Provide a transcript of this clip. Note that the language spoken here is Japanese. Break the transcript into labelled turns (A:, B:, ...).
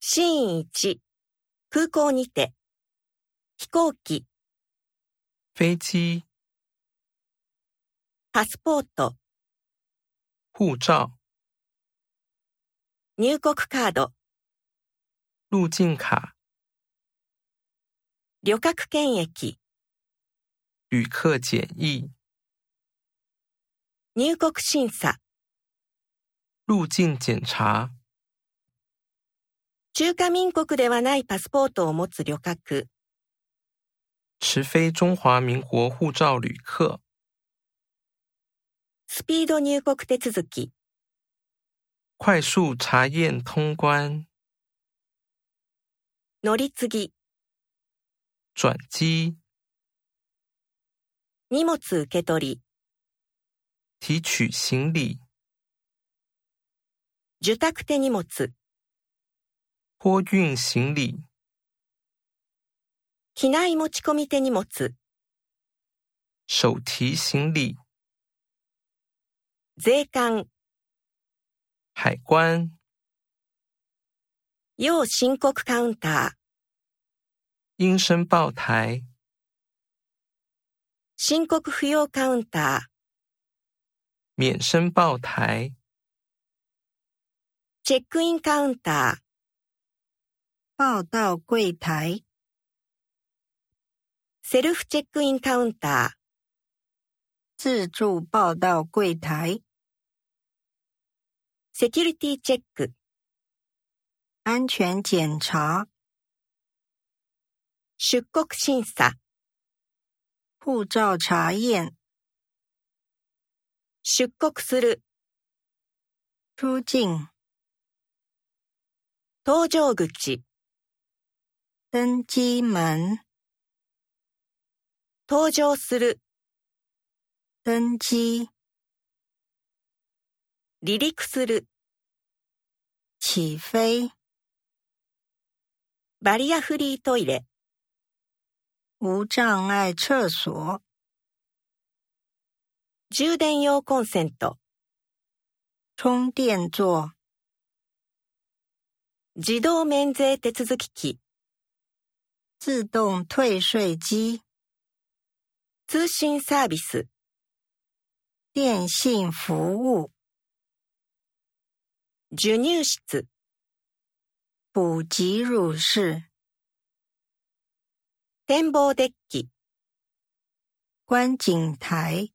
A: シーン1、空港にて、飛行機、
B: 飞机、
A: パスポート、
B: 护照、
A: 入国カード、
B: 入境卡、
A: 旅客検疫、
B: 旅客检疫、
A: 入国審査、
B: 入境检查、
A: 中華民国ではないパスポートを持つ旅客、
B: 持非中华民国护照旅客、
A: スピード入国手続き、
B: 快速查验通关、
A: 乗り継ぎ、
B: 转机、
A: 荷物受け取り、
B: 提取行李、
A: 受託手荷物、
B: 托运行李、
A: 機内持ち込み手荷物、
B: 手提行李、
A: 税関、
B: 海关、
A: 要申告カウンター、
B: 应申报台、
A: 申告不要カウンター、
B: 免申报台、
A: チェックインカウンター、
C: 报到柜台、
A: セルフチェックインカウンター、
C: 自助报到柜台、
A: セキュリティチェック、
C: 安全检查、
A: 出国審査、
C: 护照查验、
A: 出国する、
C: 出境、
A: 搭乗口、
C: 登机门、
A: 搭乗する、
C: 登机、
A: 離陸する、
C: 起飞、
A: バリアフリートイレ、
C: 无障碍厕所、
A: 充電用コンセント、
C: 充电座、
A: 自動免税手続き機、
C: 自动退税机、
A: 通信サービス、
C: 电信服务、
A: 授乳室、
C: 补给乳室、
A: 展望デッキ、
C: 观景台、